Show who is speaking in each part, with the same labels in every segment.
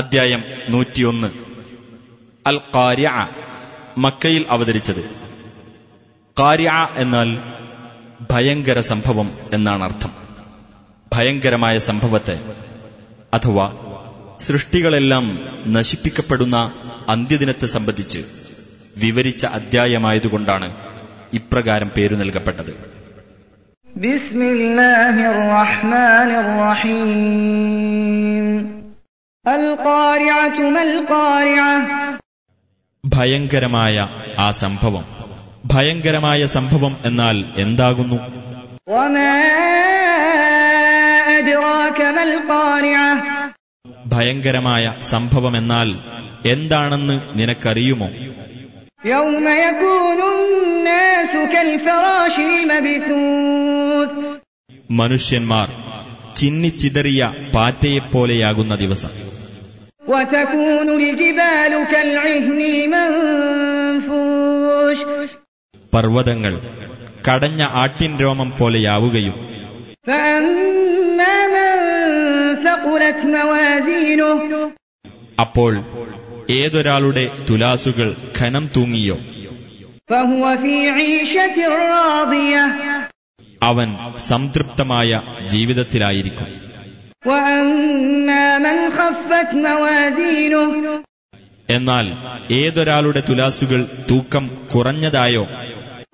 Speaker 1: അദ്ധ്യായം നൂറ്റിയൊന്ന് അൽ കാര്യ മക്കയിൽ അവതരിച്ചത് കാര്യ എന്നാൽ ഭയങ്കര സംഭവം എന്നാണ് അർത്ഥം ഭയങ്കരമായ സംഭവത്തെ അഥവാ സൃഷ്ടികളെല്ലാം നശിപ്പിക്കപ്പെടുന്ന അന്ത്യദിനത്തെ സംബന്ധിച്ച് വിവരിച്ച അദ്ധ്യായമായതുകൊണ്ടാണ് ഇപ്രകാരം പേരു നൽകപ്പെട്ടത്
Speaker 2: بسم الله الرحمن الرحيم القارعة ما القارعة
Speaker 1: ഭയങ്കരമായ ആ സംഭവം ഭയങ്കരമായ സംഭവം എന്നാൽ എന്താകുന്നു
Speaker 2: وما أدراك ما القارعة
Speaker 1: ഭയങ്കരമായ സംഭവമെന്നാൽ എന്താണെന്ന് നിനക്കറിയുമോ
Speaker 2: يوم يكون الناس كالفراش المبثوث
Speaker 1: മനുഷ്യന്മാർ ചിന്നിച്ചിതറിയ പാറ്റയെപ്പോലെയാകുന്ന ദിവസം
Speaker 2: وتكون الجبال كالعهن المنفوش
Speaker 1: പർവ്വതങ്ങൾ കടഞ്ഞ ആട്ടിൻ രോമം പോലെയാവുകയും
Speaker 2: فأما من ثقلت موازينه
Speaker 1: അപ്പോൾ ഏതൊരാളുടെ തുലാസുകൾ ഖനം തൂങ്ങിയോ
Speaker 2: فهو في عيشة راضية
Speaker 1: അവൻ സംതൃപ്തമായ ജീവിതത്തിലായിരിക്കും
Speaker 2: وأما من خفت موازينه
Speaker 1: എന്നാൽ ഏതൊരാളുടെ തുലാസുകൾ തൂക്കം കുറഞ്ഞതായോ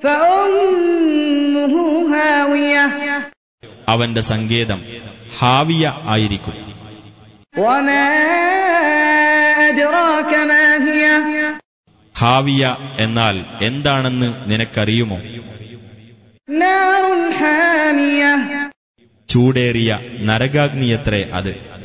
Speaker 2: فأمه هاوية
Speaker 1: അവന്റെ സങ്കേതം ഹാവിയ ആയിരിക്കും
Speaker 2: وما أدراك ما هي
Speaker 1: ഹാവിയ എന്നാൽ എന്താണെന്ന് നിനക്കറിയുമോ
Speaker 2: نار حامية
Speaker 1: ചൂടേറിയ നരകാഗ്നിയത്രേ അത്